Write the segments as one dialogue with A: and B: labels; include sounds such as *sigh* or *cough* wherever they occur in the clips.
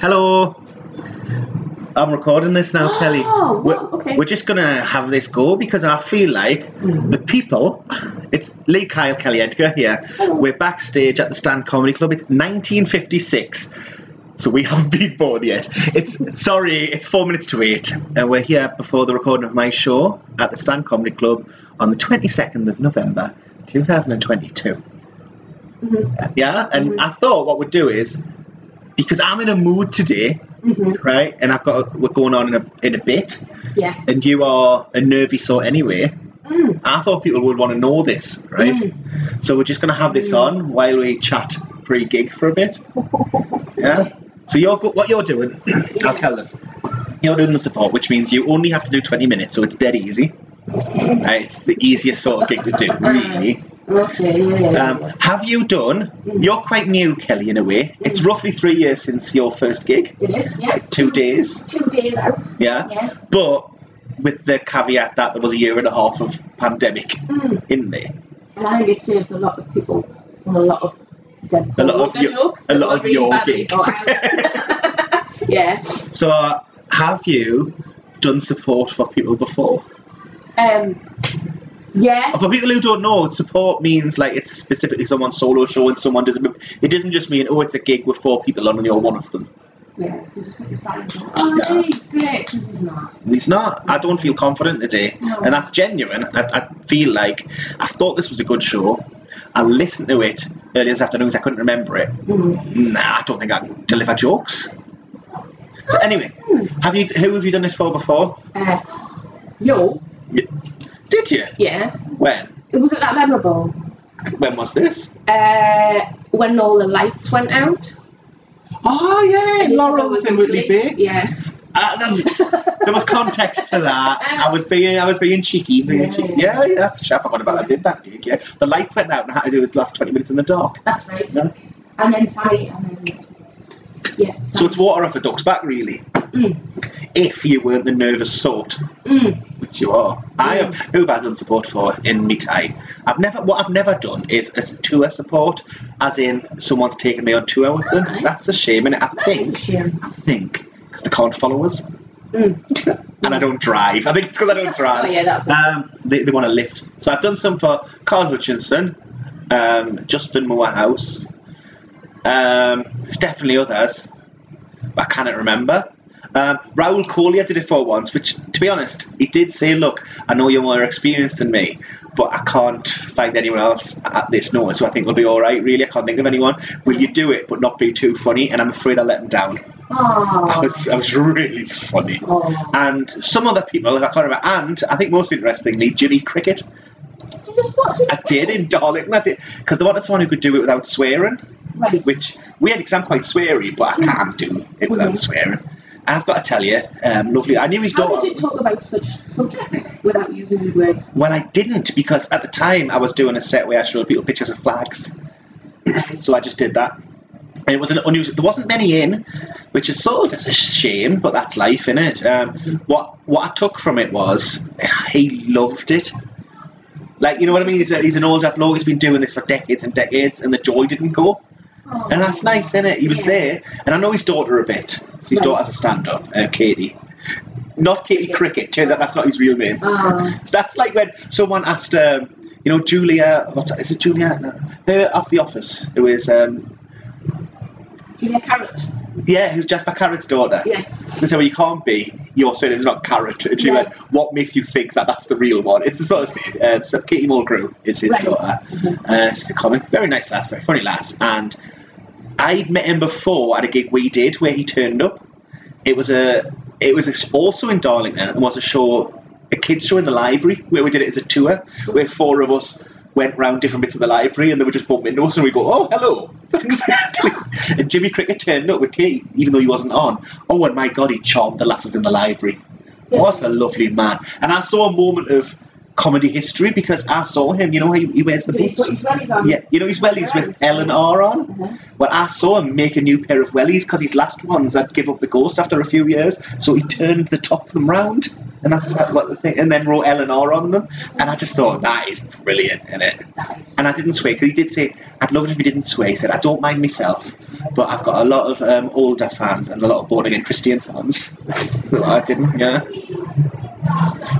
A: Hello. I'm recording this now, Kelly.
B: Oh,
A: We're,
B: wow, okay.
A: we're just gonna have this go because I feel like the people. It's Lee Kyle Kelly Edgar here.
B: Hello.
A: We're backstage at the Stand Comedy Club. It's 1956, so we *laughs* haven't been born yet. It's sorry, it's four minutes to eight, and we're here before the recording of my show at the Stand Comedy Club on the 22nd of November, 2022.
B: Mhm.
A: Yeah, and
B: Mhm.
A: I thought what we'd do is because I'm in a mood today,
B: Mhm.
A: right? And I've got we're going on in a in a bit,
B: Yeah.
A: and you are a nervy sort anyway.
B: Mm.
A: I thought people would want to know this, right? So we're just going to have this on while we chat pre-gig for a bit. Yeah. So you're go- what you're doing? I'll tell them. You're doing the support, which means you only have to do 20 minutes, so it's dead easy. Right, it's the easiest sort of gig to do, really.
B: Okay. Yeah. yeah, yeah.
A: Um, have you done? You're quite new, Kelly, in a way. It's roughly three years since your first gig.
B: it is. Yeah.
A: Like two days.
B: Two days out.
A: Yeah.
B: Yeah.
A: But with the caveat that there was a year and a half of pandemic
B: Mm.
A: in there.
B: And I think it saved a lot of people from a lot of dead
A: A lot of your-
B: jokes.
A: a
B: that
A: lot
B: were
A: of your
B: badly
A: gigs.
B: thought out. *laughs* yeah.
A: So, uh, have you done support for people before?
B: Um. Yeah.
A: For people who don't know, support means like it's specifically someone's solo show and someone doesn't. It doesn't just mean oh, it's a gig with four people on and you're one of them.
B: Yeah. You just sit beside and go, oh,
A: Yeah.
B: yeah. he's great because he's not.
A: It's not. I don't feel confident today,
B: No.
A: and that's genuine. I, I feel like I thought this was a good show. I listened to it earlier this afternoon because I couldn't remember it.
B: Mm.
A: Nah, I don't think I can deliver jokes. So anyway,
B: Hmm.
A: have you? Who have you done it for before?
B: Uh, yo.
A: Did you?
B: Yeah.
A: When?
B: It wasn't that memorable.
A: When was this?
B: Uh, when all the lights went out.
A: Oh yeah,
B: and
A: Laura
B: Isabel
A: was in Whitley Bay. *laughs*
B: Yeah. *laughs*
A: Uh, there- there was context to that. I was being, I was being cheeky, being
B: Yeah,
A: cheeky. Yeah, yeah, that's true. I forgot about. that. I did that gig. Yeah, the lights went out and I had to do the last twenty minutes in the dark.
B: That's right.
A: Yeah.
B: And then Sally, and then yeah.
A: So it's water off a duck's back, really.
B: Mm.
A: If you weren't the nervous sort,
B: Mm.
A: which you are, I am. Who have I done support for in me time? I've never. What I've never done is a tour support, as in someone's taken me on tour with them.
B: Alright.
A: That's a shame, and I
B: That is
A: think
B: a shame.
A: I think because they can't follow us,
B: Mm.
A: *laughs* and I don't drive. I think it's because I don't
B: *laughs* Oh
A: drive.
B: yeah, that.
A: Um, they, they want to lift. So I've done some for Carl Hutchinson, um, Justin Morehouse. Um, there's definitely others. but I cannot remember. Um, Raoul Collier did it for once, which, to be honest, he did say, Look, I know you're more experienced than me, but I can't find anyone else at this note, so I think it'll be all right, really. I can't think of anyone. Will you do it, but not be too funny? And I'm afraid I let him down. I
B: Oh.
A: was, I was really funny
B: Oh.
A: and some other people that I can't remember. And I think most interestingly, Jimmy Cricket.
B: Did you just watch it?
A: I did in Darlington. I did because they wanted someone who could do it without swearing,
B: Right.
A: which weird because I'm quite sweary, but I can't do it without
B: Mhm.
A: swearing. And I've got to tell you, um, lovely. I knew his
B: How
A: daughter.
B: did you talk about such subjects without using the words?
A: Well, I didn't because at the time I was doing a set where I showed people pictures of flags, *clears throat* so I just did that. And it was an unusual. There wasn't many in, which is sort of it's a shame, but that's life, in it? Um, what what I took from it was he loved it. Like you know what I mean? He's, a, he's an older bloke. He's been doing this for decades and decades, and the joy didn't go.
B: Oh.
A: And that's nice, isn't it? He was
B: Yeah.
A: there, and I know his daughter a bit. So his
B: Right.
A: daughter's a stand-up, uh, Katie. Not Katie
B: Yeah.
A: Cricket. Turns out that's not his real name.
B: Oh.
A: That's like when someone asked, um, you know, Julia, what's is it Julia? No, her off The Office, who is, um,
B: Give me a carrot.
A: yeah, who's Jasper Carrot's daughter.
B: Yes.
A: They said, well, you can't be, your surname's not Carrot. And she
B: Yeah.
A: went, what makes you think that that's the real one? It's the sort of thing. Um, so Katie Mulgrew is his
B: Right.
A: daughter.
B: Mhm.
A: Uh, she's a comic, very nice lass, very funny lass. And I'd met him before at a gig we did where he turned up. It was a, it was also in Darlington. It was a show, a kids show in the library where we did it as a tour, where four of us went round different bits of the library and they would just bump into us and we go, oh hello, *laughs* thanks. and Jimmy Cricket turned up with Kate, even though he wasn't on. Oh, and my God, he charmed the lasses in the library. What a lovely man! And I saw a moment of comedy history because I saw him. You know, he, he wears the
B: Did he put
A: boots.
B: his wellies on?
A: Yeah, you know his wellies with L and R on.
B: Uh-huh.
A: Well, I saw him make a new pair of wellies because his last ones had give up the ghost after a few years, so he turned the top of them round. and that's like what the thing. And then wrote L and R on them, and I just thought that is brilliant, in it.
B: That is
A: And I didn't swear because he did say, "I'd love it if you didn't swear." He said, "I don't mind myself, but I've got a lot of um, older fans and a lot of born again Christian fans." *laughs* so I didn't. Yeah.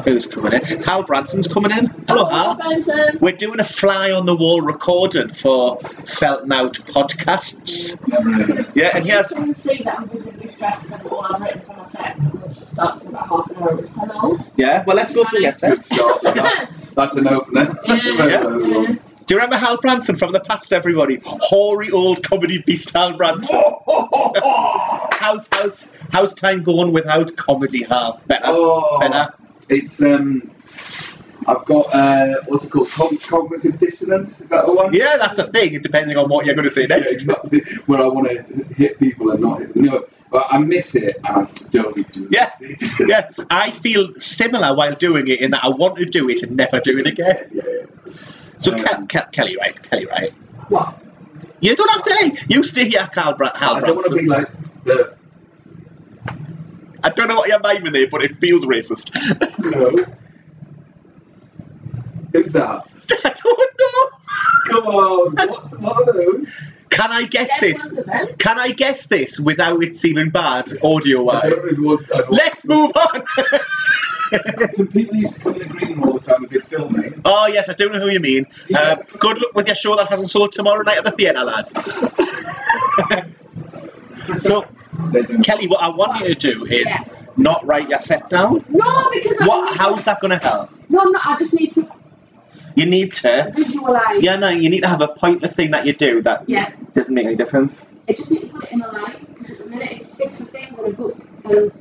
A: Who's coming in? Hal Branson's coming in. Hello, Hal.
B: Oh, Benson.
A: We're doing a fly on the wall recording for Felton Out podcasts. *laughs* Yeah, and he has-
B: You can see that I'm visibly stressed and all I've written for my set, which starts in about half an hour, was hello.
A: Yeah, well, let's go through your set.
C: Good start. That's, *laughs* that's an opener.
B: Yeah, yeah.
A: Do you remember Hal Branson from the past, everybody? Hoary old comedy beast Hal Branson. How's, how's, how's time going without comedy, Hal? Better,
C: Oh,
A: better.
C: it's um, I've got uh, what's it called? Cog- cognitive dissonance. Is that the one?
A: Yeah, that's a thing, depending on what you're going to say
C: Yeah,
A: next.
C: exactly. Where I want to hit people and not hit. No, but I miss it and I don't do
A: Yeah.
C: it. *laughs*
A: Yeah, I feel similar while doing it in that I want to do it and never do it again.
C: yeah.
A: So,
C: Um,
A: Ke- Ke- Kelly, right? Kelly, right?
B: What?
A: You don't have to. Hey, you stay here, Hal, Bra- Hal
C: I don't want
A: Branson.
C: to be like the
A: I don't know what you're miming there, but it feels racist. *laughs*
C: no. Who's that?
A: I don't know.
C: Come on, what's what are those?
A: Can I guess
B: Everyone's
A: this?
B: a Ben.
A: Can I guess this without it seeming bad audio
C: I don't know *laughs*
A: wise?
C: if what's- I don't-
A: Let's move on. *laughs*
C: Some people used to come in the green room all the time and did filming.
A: oh yes, I do know who you mean. Um, good luck with your show that hasn't sold tomorrow night at the theatre, lads. so,
C: They don't.
A: Kelly, what I want you to do is not write your set down.
B: No, because I
A: What?
B: need-
A: How's that going to help?
B: No, I'm not. I just need to
A: You need to.
B: visualize.
A: Yeah, no, you need to have a pointless thing that you do that
B: Yeah,
A: doesn't make any difference.
B: I just need to put it in a line because at the minute it's bits of things in a book, and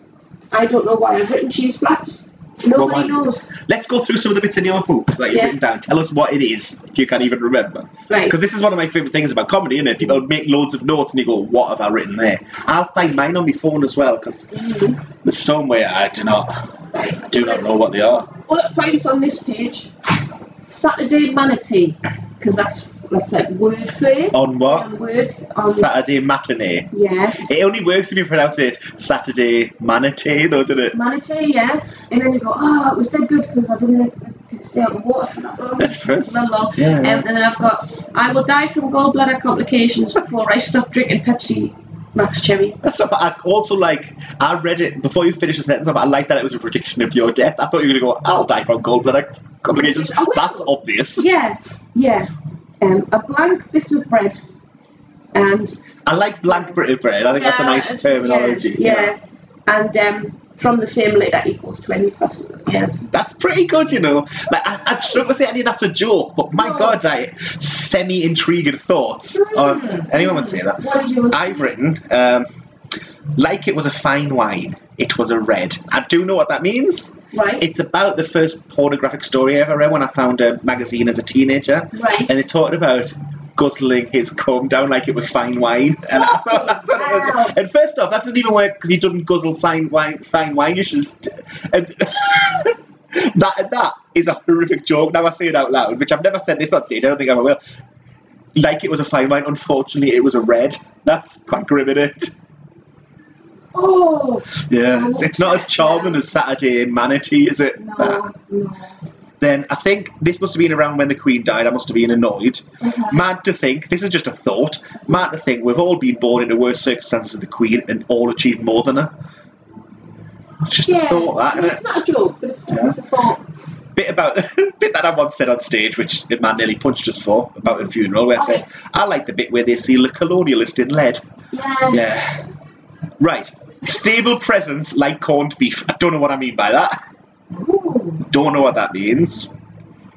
B: I don't know why I've written cheese flaps.
A: why-
B: Nobody knows.
A: Let's go through some of the bits in your book that you've
B: Yeah.
A: written down. Tell us what it is, if you can even remember.
B: Right.
A: Because this is one of my favourite things about comedy, isn't it? People make loads of notes and you go, what have I written there? I'll find mine on my phone as well, because
B: Mhm.
A: there's somewhere I do not
B: Right.
A: do not know what they are.
B: Bullet points on this page. Saturday manatee, because that's that's like wordplay.
A: On what?
B: and Words on.
A: Saturday matinee.
B: yeah,
A: It only works if you pronounce it Saturday manatee, though, doesn't it?
B: manatee, yeah. And then you go, oh, it was dead good because I didn't I could stay out of water for that long.
A: That's first.
B: Not long.
A: Yeah,
B: Um, and then I've got, I will die from gallbladder complications before I stop drinking Pepsi Max Cherry.
A: That's stuff I also like. I read it before you finished the sentence. off, I like that it was a prediction of your death. I thought you were going to go, I'll die from gallbladder complications.
B: I will.
A: That's obvious.
B: Yeah, yeah. Um, a blank bit of bread. And
A: I like blank British bread. I think that's a
B: Yeah,
A: nice terminology.
B: Yeah, yeah. and um, from the same letter equals twins. That's yeah.
A: That's pretty good, you know. Like I, I struggle to say any of that's a joke, but my
B: No. Hmm.
A: god, like semi-intriguing thoughts. Um, anyone would say that.
B: What is yours?
A: I've written um, like it was a fine wine. It was a red. I do know what that means.
B: right,
A: It's about the first pornographic story I ever read when I found a magazine as a teenager,
B: right.
A: and it talked about guzzling his cum down like it was fine wine. *laughs* And I thought that's what it was.
B: Wow.
A: And first off, that doesn't even work because he doesn't guzzle fine wine. Fine wine. You should. And *laughs* that and that is a horrific joke. Now I say it out loud, which I've never said this on stage. I don't think I ever will. Like it was a fine wine. Unfortunately, it was a red. *laughs* That's quite grim, is
B: *laughs*
A: it?
B: Oh
A: Yeah, it's, it's not as charming as Saturday in Manatee, is it?
B: no,
A: That-
B: no.
A: Then I think this must have been around when the Queen died. I must have been annoyed.
B: Uh-huh.
A: Mad to think, this is just a thought, mad to think we've all been born into worse circumstances than the Queen and all achieved more than her. It's just a
B: yeah.
A: thought, that,
B: I mean,
A: isn't
B: it's not a joke, but it's,
A: Yeah.
B: it's a thought.
A: it? Bit about, *laughs* bit that I once said on stage, which the man nearly punched us for, about a funeral, where I said, I like the bit where they see the colonialist in lead.
B: Yeah.
A: Yeah. Right. Stable presence like corned beef. I don't know what I mean by that.
B: Ooh.
A: Don't know what that means.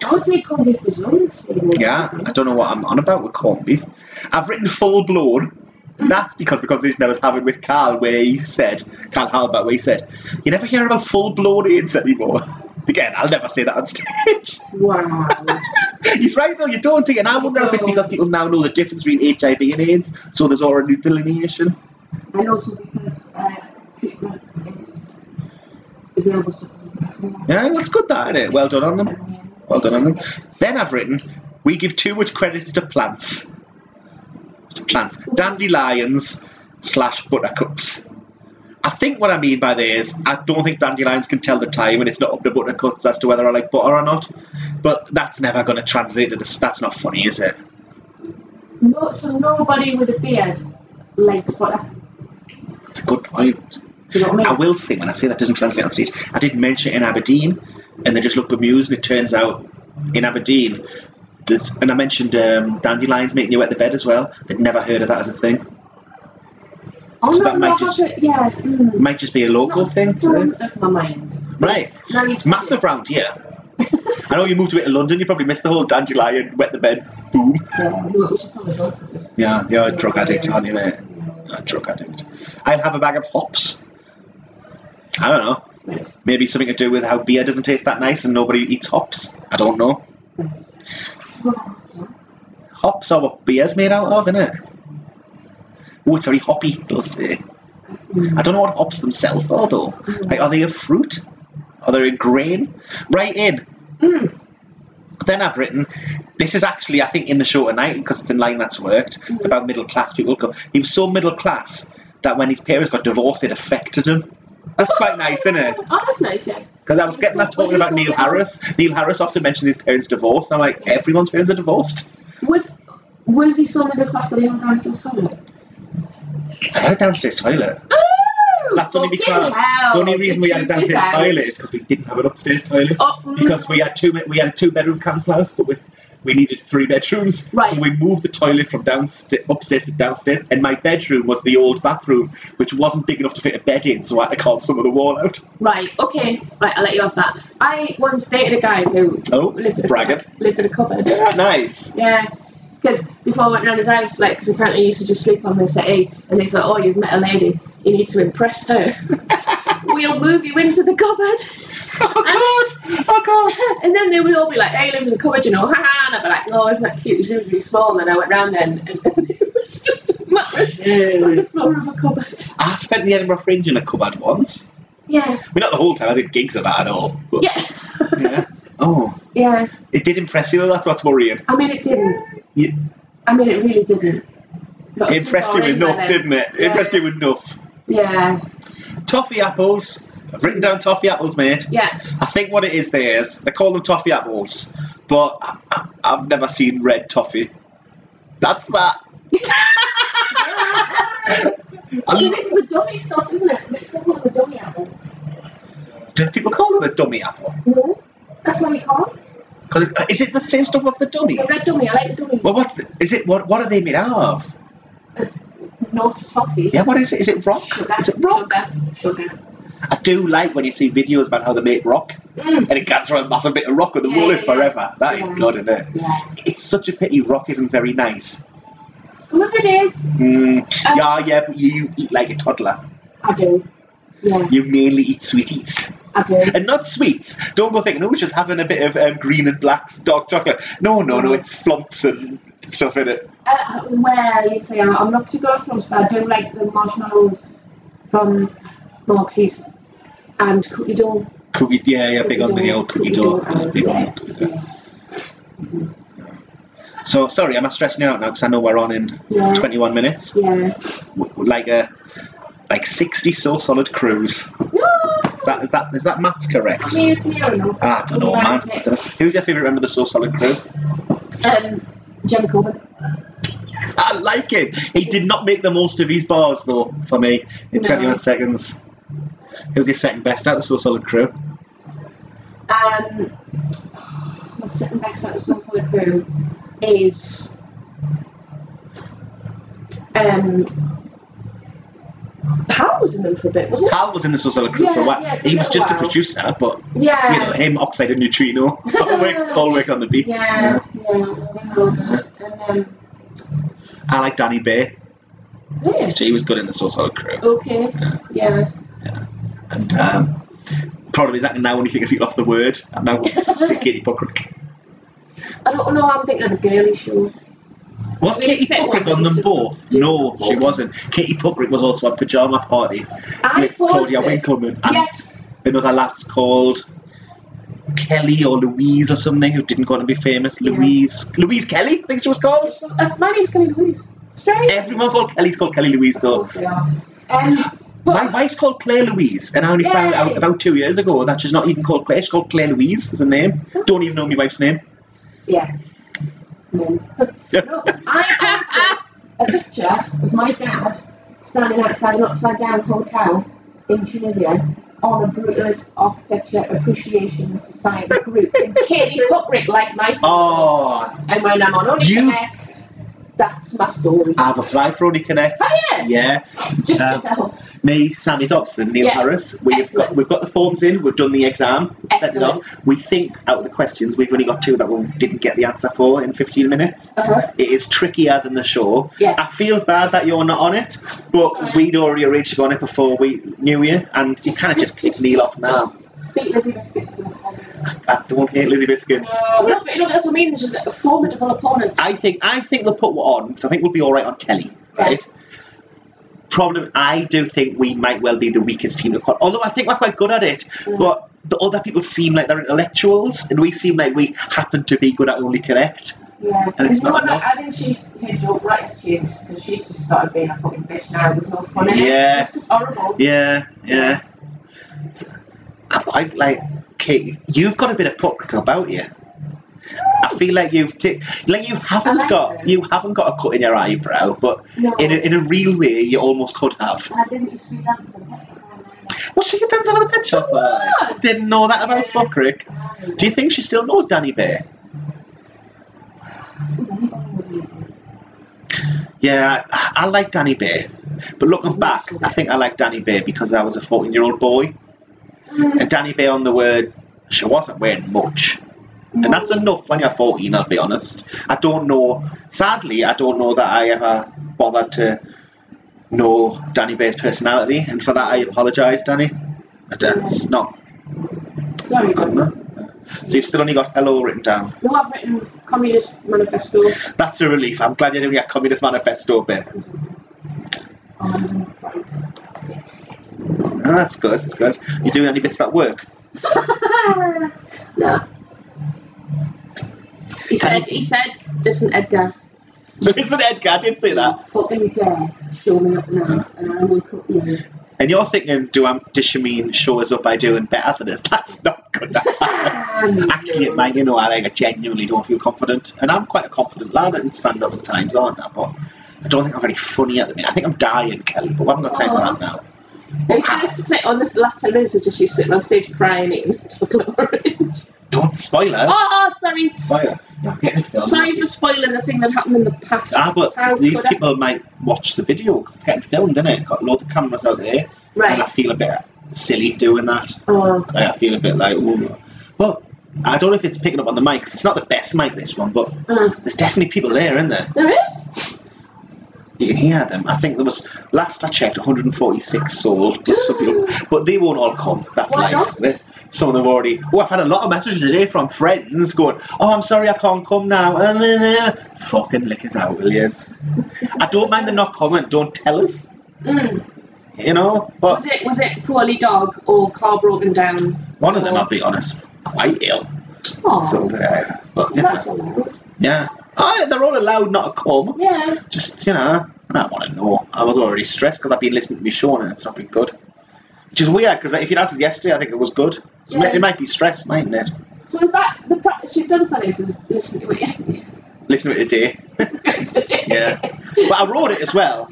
B: I would say corned beef was unstable.
A: Yeah, I don't know what I'm on about with corned beef. I've written full blown. and That's because the conversation I was having with Carl, where he said, Carl Halbert, where he said, you never hear about full blown AIDS anymore. *laughs* Again, I'll never say that on *laughs* stage.
B: Wow.
A: He's right though, you don't think, and I wonder if it's
B: No.
A: because people now know the difference between HIV and AIDS, so there's already delineation.
B: and also because uh, treatment is available stuff is amazing.
A: Yeah, that's good, that isn't it? Well done on them. Well done on them. Then I've written, we give too much credits to plants. To plants. Dandelions slash buttercups. I think what I mean by this, I don't think dandelions can tell the time, and it's not up to buttercups as to whether I like butter or not. But that's never going to translate to this. That's not funny, is it?
B: No, so nobody with a beard liked butter.
A: It's a good point.
B: Do you know what I
A: I
B: mean?
A: will say when I say that doesn't translate on stage. I did mention it in Aberdeen, and they just looked bemused. And it turns out in Aberdeen, there's, and I mentioned um, dandelions making you wet the bed as well. They'd never heard of that as a thing.
B: oh,
A: so
B: no,
A: that
B: no,
A: might
B: I
A: just-
B: haven't- yeah. mm.
A: It might just be a local
B: It's not
A: thing, to
B: thrown
A: them.
B: off my mind.
A: right?
B: Now you've said
A: Massive round here. I know you moved away to London. You probably missed the whole dandelion wet the bed boom.
B: it. Yeah, no, it was just on the dog.
A: Yeah, you're a drug addict, aren't you, mate? You're A drug addict. I have a bag of hops. I don't know.
B: Right,
A: Maybe something to do with how beer doesn't taste that nice and nobody eats hops. I don't know.
B: right. Well,
A: Hops are what beer's made out of, innit? Oh, it's very hoppy, they'll say.
B: mm,
A: I don't know what hops themselves are, though. Like, are they a fruit? Are they a grain? Right in.
B: mm,
A: Then I've written, this is actually, I think, in the show tonight, because it's in line that's worked,
B: Mhm.
A: about middle class people. Go- He was so middle class that when his parents got divorced, it affected him. That's quite nice, isn't it?
B: Oh, that's nice, yeah.
A: Because I was getting that talking about Neil Harris. Neil Harris often mentions his parents' divorce, and I'm like, everyone's parents are divorced.
B: Was was he so middle class that he went downstairs toilet?
A: I had a downstairs toilet.
B: Oh,
A: That's only because- the only reason we had a downstairs toilet is because we didn't have an upstairs toilet.
B: Oh,
A: Because we had two we had a two bedroom council house, but with we needed three bedrooms.
B: Right.
A: So we moved the toilet from downstairs upstairs to downstairs, and my bedroom was the old bathroom, which wasn't big enough to fit a bed in, so I had to carve some of the wall out. *laughs*
B: Right, okay. Right, I'll let you off that. I once dated a guy who
A: Oh,
B: lived in a
A: braggart.
B: lived in a cupboard.
A: Yeah, nice.
B: Yeah, because before I went round his house, like, because apparently he used to just sleep on the settee, and they thought, oh, you've met a lady, you need to impress
A: *laughs*
B: her. we'll move you into the
A: Oh god! Oh god!
B: cupboard. *laughs* and then they would all be like, hey, he lives in a cupboard, you know, haha. And I'd be like, no, isn't that cute? His room's really small. And then I went round then, and, and *laughs* it was just a mattress on the
A: Shit.
B: floor of a cupboard.
A: I spent the Edinburgh Fringe in a cupboard once.
B: Yeah,
A: I mean, not the whole time. I did gigs of that at all. But,
B: yeah,
A: yeah. Oh,
B: *laughs* yeah.
A: it did impress you though. That's what's worrying.
B: I mean, it didn't.
A: Yeah.
B: I mean, it really didn't. But I was too
A: impressed
B: far
A: you
B: in by
A: enough,
B: then.
A: didn't it?
B: Yeah.
A: Impressed you enough.
B: Yeah,
A: Toffee apples. I've written down toffee apples, mate. *laughs*
B: yeah.
A: I think what it is there is they call them toffee apples, but I, I, I've never seen red toffee. That's that. I
B: Because
A: love-
B: it's the dummy stuff, isn't it? They call them the dummy apple.
A: Do people call them a dummy apple?
B: No, that's why you can't.
A: Because is it the same stuff of the dummies?
B: The red dummy, I like the dummy.
A: Well, what's the, is it? What what are they made out of?
B: Not toffee.
A: Yeah, what is it? Is it rock?
B: Sugar,
A: Is it rock?
B: Sugar. sugar.
A: I do like when you see videos about how they make rock,
B: Mm.
A: and it gets around a massive bit of rock and they
B: Yeah,
A: roll
B: yeah,
A: it
B: yeah.
A: forever. That is
B: Yeah.
A: good, isn't it?
B: Yeah.
A: It's such a pity rock isn't very nice.
B: Some of it is.
A: Mm,
B: Um,
A: yeah, yeah, but you eat like a toddler.
B: I do. Yeah,
A: You mainly eat sweeties.
B: I do.
A: And not sweets. Don't go thinking, oh, just having a bit of um, green and black's dark chocolate. No, no, no, it's flumps and stuff in it.
B: Uh, well, you say I'm I'm not too good at flumps, but I do like the marshmallows from Marx's and cookie dough.
A: Cookie, yeah, yeah, big on the old cookie dough.
B: and-
A: Big on
B: yeah,
A: the cookie dough.
B: yeah,
A: So, sorry, am I stressing you out now? Because I know we're on in
B: yeah,
A: 21 minutes.
B: yeah.
A: W- Like a like 60 so solid cruise.
B: No,
A: Is that, is that, is that maths correct?
B: I mean it's near enough.
A: Ah, I don't know, man. I don't know. Who's your favourite member of the So Solid crew?
B: Um, Jim Corbin.
A: I like him. He did not make the most of his bars, though, for me, in
B: No.
A: 21 seconds. He was your second best out of the So Solid crew.
B: Um, my second best out of Small Solid Crew is um, Hal was in them for a bit, wasn't
A: Hal was in the So Solid crew for a
B: Yeah,
A: while.
B: yeah, for
A: he
B: a
A: was
B: little
A: just a
B: while. Um,
A: producer, but,
B: it? Yeah.
A: you know, him, Oxide and
B: *laughs*
A: Neutrino, *laughs* all, worked, all worked on the beats.
B: yeah, yeah, they were all good. And um,
A: I like Danny Bay.
B: yeah,
A: He was good in the So Solid crew.
B: okay, yeah.
A: And um, problem is that now when you think of it off the word, I'm
B: *laughs*
A: now saying Katie Puckrick.
B: I don't know. I'm thinking of a girly show.
A: Was
B: We
A: Katie
B: fit one
A: Puckrick
B: that
A: on them
B: used to
A: both?
B: do
A: No,
B: that.
A: she wasn't. Katie Puckrick was also on Pajama Party
B: I
A: with Claudia
B: paused it.
A: Winkleman and
B: Yes.
A: another lass called Kelly or Louise or something who didn't go on to be famous.
B: Yeah.
A: Louise Louise Kelly, I think she was called.
B: That's my name's Kelly Louise. Straight.
A: Everyone called Kelly's called Kelly Louise
B: Of
A: though.
B: course they are. Um,
A: My wife's called Claire Louise, and I only found
B: Yay.
A: out about two years ago that she's not even called Claire. She's called Claire Louise as a name. Don't even know my wife's name.
B: Yeah.
A: *laughs*
B: No. no, I posted a picture of my dad standing outside an upside down hotel in Tunisia on a brutalist architecture appreciation society group.
A: *laughs*
B: And Katie Cookrick liked my photo.
A: Oh,
B: And when I'm on Only
A: You-
B: Connect, that's my story.
A: I've applied for Only Connect.
B: oh yeah,
A: Yeah,
B: just
A: um,
B: yourself.
A: me, Sammy Dobson, Neil
B: Yeah.
A: Harris. We've got,
B: Excellent.
A: we've got the forms in. We've done the exam. We've set it
B: Excellent.
A: off. We think out of the questions, we've only got two that we didn't get the answer for in 15 minutes.
B: Uh-huh.
A: It is trickier than the show.
B: Yeah.
A: I feel bad that you're not on it, but
B: Sorry.
A: we'd already arranged to go on it before we knew you, and you kind of just kicked Neil off now.
B: Beat Lizzie Biscuits and that's all.
A: I don't hate Lizzie Biscuits.
B: Uh, no, but you know, that's what I mean. It's just a formidable opponent.
A: I think I think they'll put what on because I think we'll be all right on telly, right? Problem, I do think we might well be the weakest team. to qual- Although I think we're quite good at it,
B: Mm.
A: but the other people seem like they're intellectuals, and we seem like we happen to be good at only connect.
B: Yeah,
A: And it's
B: you know
A: not
B: what,
A: enough.
B: I think she's her job right has changed because she's just started being a fucking bitch now. There's no fun in
A: Yeah.
B: it. It's just horrible.
A: Yeah, yeah. So, I'm quite like Kate. You've got a bit of putrick about you. I feel like you've t- like you haven't
B: like
A: got
B: it.
A: you haven't got a cut in your eyebrow, but
B: No,
A: in a, in a real way, you almost could have.
B: I didn't used to be dancing with petrol
A: Well, she could dance over the pet shop. uh, Didn't know that about
B: Yeah.
A: Buckrick.
B: either.
A: Do you think she still knows Danny Bear?
B: Does anybody really know?
A: Yeah, I, I like Danny Bear. But looking back, I think I like Danny Bear because I was a 14 year old boy. And Danny Bear on the word, she wasn't wearing much. And that's enough when you're 14, I'll be honest. I don't know, sadly, I don't know that I ever bothered to know Danny Bear's personality. And for that, I apologise, Danny. I don't- It's not, it's
B: Sorry,
A: not good enough. So you've still only got hello written down.
B: No, I've written Communist Manifesto.
A: That's a relief. I'm glad you're doing your Communist Manifesto bit.
B: Oh, there's another Frank. Yes.
A: Oh, that's good. That's good. You're doing any bits that work.
B: no. He said, he said, listen, Edgar,
A: Listen, Edgar, I did say
B: you
A: that.
B: fucking dare show me up now and I will cut you. in."
A: And you're thinking, do I, does she mean show us up by doing better than us? *laughs* That's not good. Actually, it might, you know, I, like, I genuinely don't feel confident. And I'm quite a confident lad and stand up at times, aren't I? But I don't think I'm very funny at the minute. I think I'm dying, Kelly, but we haven't got time for that now.
B: It's nice to sit on this the last 10 minutes is just you sitting on stage crying eating chocolate orange.
A: Don't spoil her.
B: Oh, sorry.
A: Spoil her. I'm getting filmed.
B: Sorry for spoiling the thing that happened in the past.
A: Ah, but
B: How
A: these
B: could I-
A: people might watch the video because it's getting filmed, isn't it? Got loads of cameras out there. and I
B: Right.
A: feel a bit silly doing that.
B: Oh,
A: Like, I feel a bit like, ooh. But I don't know if it's picking up on the mic 'cause it's not the best mic, this one, but
B: uh,
A: there's definitely people there, isn't there?
B: there is?
A: You can hear them. I think there was, last I checked, 146 sold. plus some people- But they won't all come. That's
B: Why
A: life. They- Some of them have already. Oh, I've had a lot of messages today from friends going, "Oh, I'm sorry, I can't come now." Uh, Fucking lickers out, will yous? I don't mind them not coming. Don't tell us,
B: Mm.
A: you know. But
B: Was it was it poorly dog or car broken down?
A: one of them, I'll be honest, quite ill.
B: Oh,
A: So, uh, but, you know,
B: that's allowed.
A: yeah. Oh, they're all allowed not to come.
B: Yeah.
A: Just, you know, I don't want to know. I was already stressed because I've been listening to me Sean and it's not been good. Which is weird because if you'd asked us yesterday, I think it was good. So
B: Yeah.
A: It might be stress, mightn't it?
B: So is that the practice you've done for this? Is listen to
A: *laughs*
B: it yesterday? *laughs*
A: Listen to it today.
B: Today? *laughs*
A: Yeah. but I wrote it as well.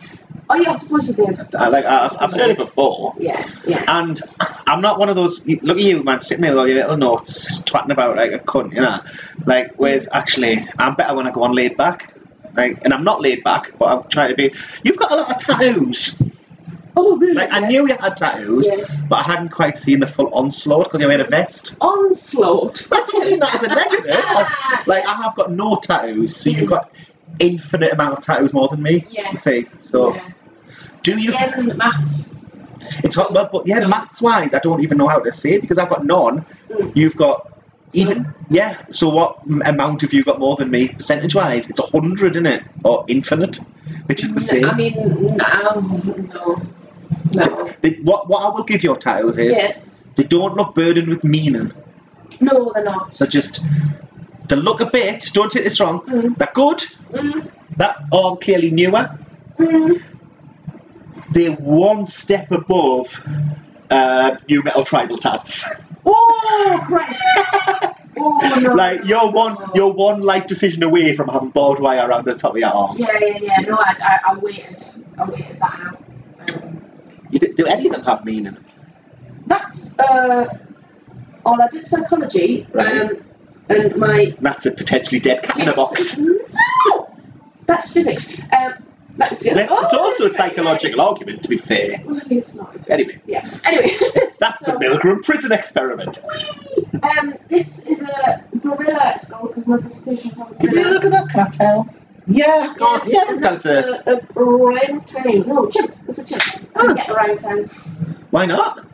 B: Oh, yeah, I suppose you did.
A: I, like, Ah. I, I've- I've heard it before.
B: Yeah, yeah.
A: And I'm not one of those. you- Look at you, man, sitting there with all your little notes, twatting about like a cunt, you know. Like, whereas actually, I'm better when I go on laid back. Like, and I'm not laid back, but I'm trying to be. You've got a lot of tattoos.
B: Oh, really?
A: *laughs* Like, I knew you had tattoos,
B: Yeah.
A: but I hadn't quite seen the full onslaught because you wearing a vest. *laughs*
B: Onslaught.
A: I don't mean that as a negative. I- like, I have got no tattoos, so you've got infinite amount of tattoos more than me.
B: Yeah.
A: You see, so
B: *laughs* yeah.
A: do you?
B: Again, maths.
A: *laughs* It's hot, but, but yeah, maths wise, I don't even know how to say it because I've got none.
B: Mm.
A: You've got even yeah. So what m- amount have you got more than me percentage wise? It's a hundred, isn't it, or infinite, which is the same.
B: Mm, I mean, no, no, no.
A: They- what what I will give your titles is
B: Yeah,
A: they don't look burdened with meaning.
B: no, they're not.
A: They're just they look a bit. Don't take this wrong.
B: Mm,
A: They're good.
B: mm,
A: That arm clearly newer.
B: mm.
A: they're one step above uh, new metal tribal tats. *laughs*
B: Oh, Christ! *laughs* Oh, no.
A: like you're one, you're one life decision away from having barbed wire around the top of your arm.
B: Yeah, yeah, yeah. No, I, I, I waited. I waited that out. Um,
A: You d- do any of them have meaning?
B: that's uh, all I did psychology,
A: Right.
B: um, and my
A: That's a potentially dead cat Mm-hmm. in a box.
B: No, that's physics. Um, that's Oh,
A: That's- it's also a psychological argument, to be fair.
B: Well, I mean, it's not. It's
A: Anyway,
B: yeah. Anyway, *laughs*
A: that's the
B: So-
A: Milgram prison experiment.
B: um, this is a gorilla skull because my presentation was on
A: Give me a
B: gorillas.
A: look at that cat, Al. Yeah, God, yeah,
B: and
A: that's
B: that's
A: a,
B: a, a orangutan. No, chimp. It's a chimp. I
A: Oh.
B: didn't get orangutan
A: why not?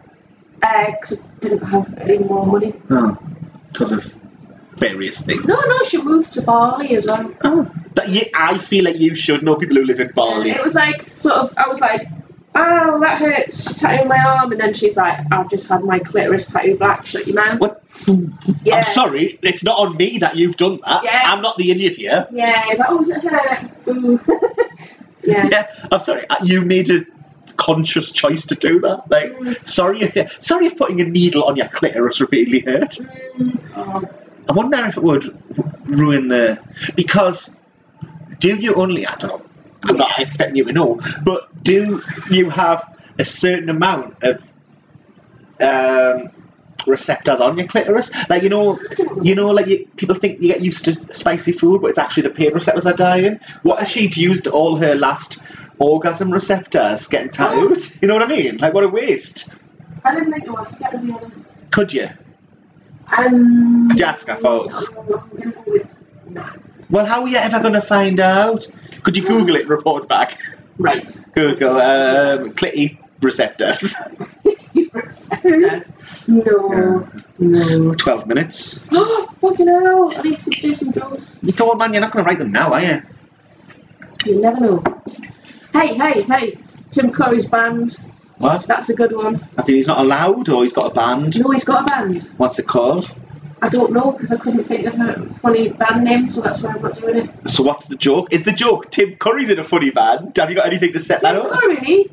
B: because I didn't have any more money.
A: Because of various things.
B: No, no, she moved to Bali as well. Uh,
A: That you, I feel like you should know people who live in Bali.
B: It was like sort of. I was like, oh, that hurts. She tattooed my arm, and then she's like, I've just had my clitoris tattooed black. Shut your mouth.
A: What?
B: Yeah.
A: I'm sorry, it's not on me that you've done that.
B: Yeah.
A: I'm not the idiot here.
B: Yeah, it's like, oh, is it her? Ooh. *laughs* yeah.
A: Yeah, I'm sorry. uh, You made a conscious choice to do that. Like,
B: Mm,
A: sorry if sorry if putting a needle on your clitoris repeatedly hurt.
B: Mm, oh,
A: I wonder if it would ruin the because do you only I don't know I'm not expecting you to know but do you have a certain amount of um, receptors on your clitoris like you know
B: I don't know.
A: you know like you, people think you get used to spicy food but it's actually the pain receptors are dying what if she'd used all her last orgasm receptors getting tattooed you know what I mean like what a waste
B: I didn't think it was. Get to be honest.
A: could you
B: Um,
A: Could you ask her, folks?
B: I'm gonna go with nah.
A: well how are you ever going to find out could you google it and report back
B: Right.
A: Google um, clitty receptors. *laughs*
B: Receptors. No. No.
A: 12 minutes.
B: *gasps* Oh, fucking hell! I need to do some drills.
A: You told man you're not going to write them now, are you?
B: You never know. Hey, hey, hey! Tim Curry's band.
A: What?
B: That's a good one.
A: As in he's not allowed or he's got a
B: Do
A: band?
B: you know he's got a band?
A: What's it called?
B: I don't know because I couldn't think of a funny band name, so that's why I'm not doing it.
A: So what's the joke? Is the joke Tim Curry's in a funny band? Have you got anything to set that
B: Tim
A: up?
B: Curry,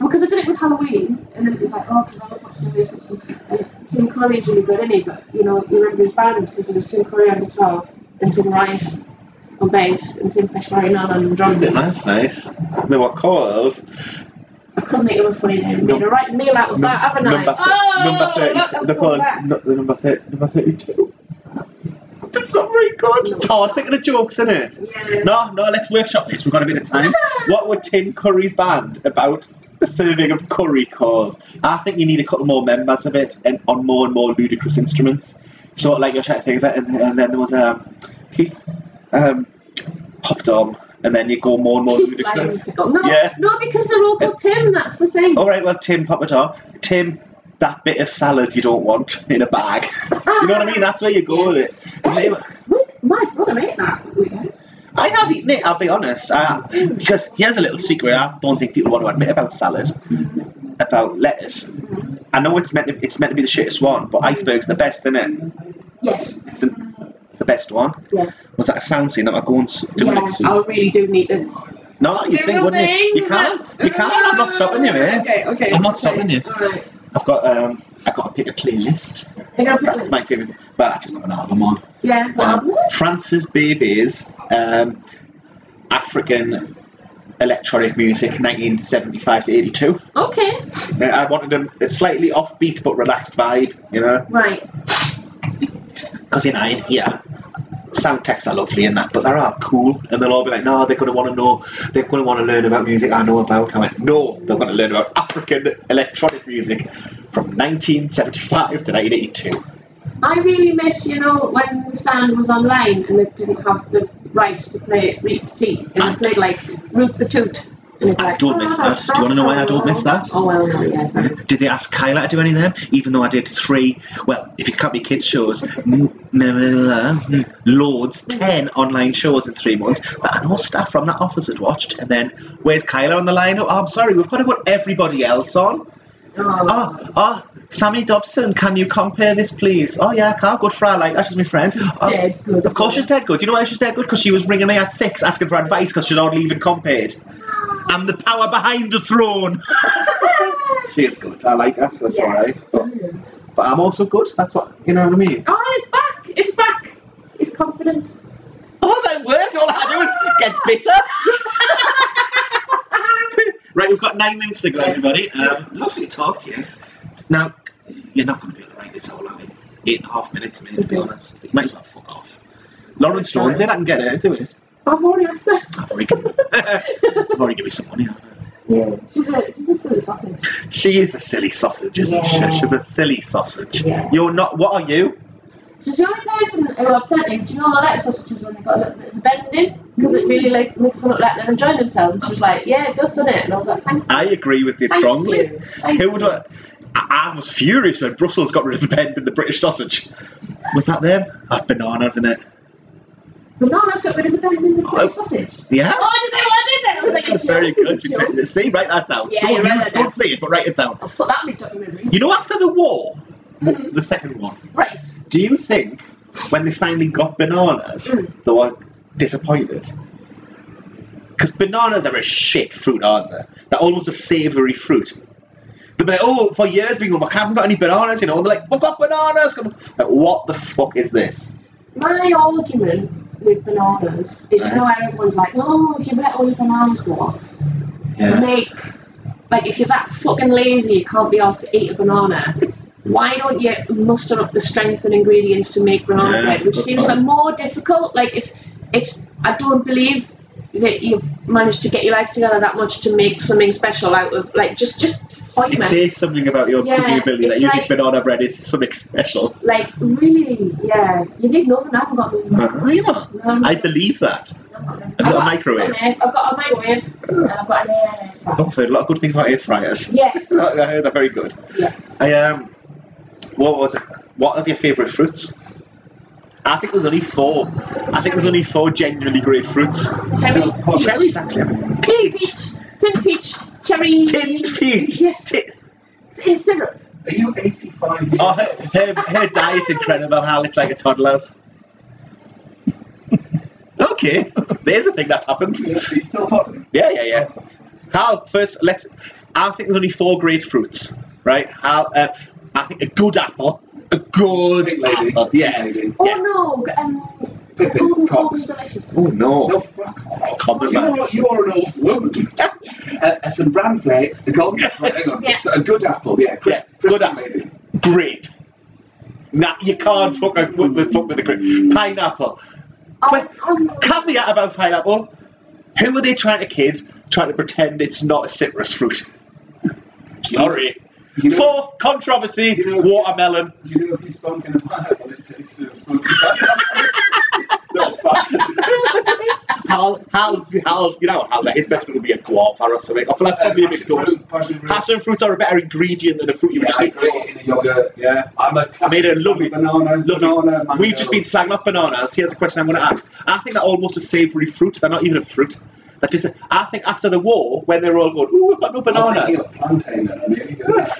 B: because I did it with Halloween, and then it was like, oh, because I love watching movies, watching. And uh, Tim Curry's really good, isn't he? But you know, you remember his band because it was Tim Curry on guitar, and Tim Rice on bass, and Tim Fishmarine on drums.
A: That's nice. They were called
B: I couldn't think of a funny name.
A: Num-
B: Made a right meal out of that, haven't
A: number,
B: I? oh,
A: th- number
B: look,
A: 32.
B: I've
A: They're
B: got
A: called
B: that.
A: nu- the number, thir- number 32. That's not very good.
B: No.
A: It's hard thinking of jokes, isn't it?
B: Yeah. *laughs*
A: No, no, let's workshop this. We've got a bit of time. what would Tim Curry's band about the serving of curry called? I think you need a couple more members of it and on more and more ludicrous instruments. So like you're trying to think of it, and, and then there was um, Heath um, Pop Dom, and then you go more and more
B: Keith Lyons
A: ludicrous.
B: pickle. No,
A: Yeah. Oh,
B: no, because they're all called Tim. That's the thing.
A: All right, well Tim Pop Dom, Tim, that bit of salad you don't want in a bag. *laughs* you know what I mean? That's where you go with it. And they were-
B: Look, My brother ate that weekend.
A: I have eaten it, I'll be honest. I, because here's a little secret I don't think people want to admit about salad, about lettuce. I know it's meant to, it's meant to be the shittest one, but iceberg's the best, isn't it?
B: Yes.
A: It's the, it's the best one.
B: Yeah.
A: Was that a sound scene that I go and s- do
B: yeah,
A: it soon?
B: I really do need to
A: No, you think,
B: There will
A: wouldn't you?
B: be.
A: You can't. You can't. I'm not stopping you, mate.
B: Okay, okay.
A: I'm not
B: okay.
A: stopping you.
B: Alright.
A: I've got um, I've got to pick a playlist.
B: You're gonna put
A: That's
B: it-
A: my favorite. Well, I just got an album on.
B: Yeah, what
A: Um,
B: album is it?
A: Francis Baby's um, African electronic music 1975 to 82.
B: Okay.
A: Uh, I wanted a, a slightly offbeat but relaxed vibe, you know,
B: Right.
A: because you know, in here, sound techs are lovely and that, but they're all cool and they'll all be like, no, they're going to want to know, they're going to want to learn about music I know about. I went, no, they're going to learn about African electronic music from 1975 to 1982.
B: I really miss, you know, when the stand was online and they didn't have the rights to play repeat and
A: I-
B: they played like Root the Toot. And it's
A: I
B: like, "Ah,
A: don't miss that. Do you wanna know why I don't miss that?
B: Oh well, no, yes. I-
A: Did they ask Kyla to do any of them? Even though I did three, well, if it can't be kids' shows, *laughs* mm, no, no, no, no, mm, loads, 10 online shows in three months that I know staff from that office had watched. And then, where's Kyla on the line? Oh, I'm sorry, we've got to put everybody else on.
B: Oh,
A: Oh, oh, Sammy Dobson, can you compare this, please? Oh, yeah, I can't. Good for her, like, that's just my friend. Oh,
B: dead good.
A: Of course she's dead good. Do you know why she's dead good? Because she was ringing me at six asking for advice because she's not leaving compared. I'm the power behind the throne. *laughs* she is good. I like her, so that's
B: Yeah.
A: alright. But,
B: *laughs* Oh,
A: but I'm also good. That's what, you know what I mean?
B: it's back! It's back! It's confident.
A: Oh, that worked. All I had to do was get bitter. *laughs* right, we've got nine minutes to go, everybody. Um, lovely to talk to you. Now, you're not going to be able to write this all out in eight and a half minutes, mate, to be honest. But you might as well fuck off. Lauren Stone's in. I can get her to do it.
B: I've already asked her.
A: I've already given, *laughs* I've already given some money. haven't I?
B: Yeah. She's a, she's a silly sausage.
A: She is a silly sausage, isn't
B: Yeah.
A: she? She's a silly sausage.
B: Yeah.
A: You're not. What are you?
B: She's the only person who I've said to, do you know I like sausages when they've got a little bit of a bend in? Because it really like makes them look like they're enjoying themselves. And she was like, yeah, it does, doesn't it? And I was like, thank,
A: I agree with you
B: thank
A: strongly.
B: you. Thank
A: Who would
B: you.
A: I, I? I was furious when Brussels got rid of the bend in the British sausage. Was that them? That's bananas, isn't it?
B: Bananas got rid of the bend in the
A: Oh.
B: British sausage.
A: Yeah.
B: Oh, I just said what I did there. I was like,
A: That's
B: it's a
A: very
B: joke,
A: good.
B: it's a joke.
A: You See, write that down.
B: Yeah,
A: don't
B: you write that
A: don't
B: down.
A: say it, but write it down.
B: I'll put that in my documentary.
A: You know, after the war,
B: Mhm.
A: the second one,
B: Right.
A: do you think when they finally got bananas,
B: Mm.
A: they were disappointed? Because bananas are a shit fruit, aren't they? They're almost a savoury fruit. They've been like, oh, for years, we've been like, I haven't got any bananas, you know, and they're like, I've got bananas! Come on. Like, what the fuck is this?
B: My argument with bananas is you
A: Uh-huh.
B: know how everyone's like, oh, if you let all your bananas go off, make like if you're that fucking lazy you can't be asked to eat a banana. Why don't you muster up the strength and ingredients to make banana
A: Yeah,
B: bread,
A: that's a
B: which
A: good
B: seems
A: point.
B: like more difficult? Like if it's, I don't believe that you've managed to get your life together that much to make something special out of like just just
A: It
B: ointment.
A: says something about your
B: Yeah,
A: cooking ability that
B: it's
A: you think
B: like-
A: banana bread is something
B: *laughs*
A: special.
B: Like really, yeah. You need nothing. I haven't got nothing.
A: Uh,
B: No, I'm-
A: I believe that.
B: I've
A: got a microwave.
B: I've got a microwave. And I've got an air fryer.
A: I've heard a lot of good things about air fryers. *laughs*
B: Yes.
A: I heard they're very good.
B: *laughs* yes.
A: I um, what was it? What are your favourite fruits? I think there's only four. I think there's only four genuinely great fruits.
B: Cherry.
A: Oh, cherries actually. Peach,
B: Peach. Tin peach. Cherry.
A: tint peach.
B: Yes.
A: Tin-
B: In syrup.
C: Are you 85?
A: Oh, her, her, her diet's incredible. Hal, it's like a toddler's. *laughs* Okay, there's a thing that's happened.
C: It's still Oh, hot.
A: Yeah, yeah, yeah. Hal, first let's. I think there's only four great fruits, right? Hal, uh, I think a good apple, a good
C: Big lady.
A: apple. Yeah.
C: Big lady.
B: Oh
A: Yeah.
B: no. g- Um,
C: Pippin,
B: golden, golden
C: Cox.
B: delicious.
A: Oh no.
C: No, fuck off.
A: Common
C: you,
A: man.
C: are, you are an old woman. *laughs* uh, uh, some bran flakes, the golden *laughs* Hang on.
B: Yeah.
C: It's a good apple, yeah. Crisp,
A: Yeah,
C: crisp
A: good apple.
C: Lady.
A: grape. Nah, you can't fuck with, with, fuck with the grape. Pineapple.
B: Oh,
A: But-
B: oh, no.
A: Caveat about pineapple. Who are they trying to kid? Trying to pretend it's not a citrus fruit. *laughs* Sorry.
C: You know,
A: Fourth controversy:
C: You know- *laughs*
A: watermelon.
C: you know if you spunk in a pineapple, it's, it's uh, fucking *laughs* No, *laughs* fuck.
A: Hal, Hal's, Hal's, you know, Hal's like, his best friend would be a guava or something. I feel that's probably a bit
C: passion
A: good.
C: fruit, passion fruit.
A: Passion fruits are a better ingredient than a fruit you would
C: Yeah,
A: just
C: I
A: eat.
C: agree, in a yogurt, yeah. I'm a
A: Made a lovely-
C: banana,
A: lovely-
C: banana, mango.
A: We've just been slagging off bananas. Here's a question I'm going to ask. I think they're almost a savoury fruit. They're not even a fruit. That just, I think after the war, when they were all going, ooh, we've got no
C: I was
A: bananas.
C: thinking of plantain and I nearly did that.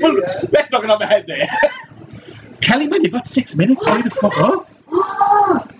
A: *laughs* well, let's knock it on the head there. Kelly, man, you've got six minutes. Hurry the fuck up.
B: Ah!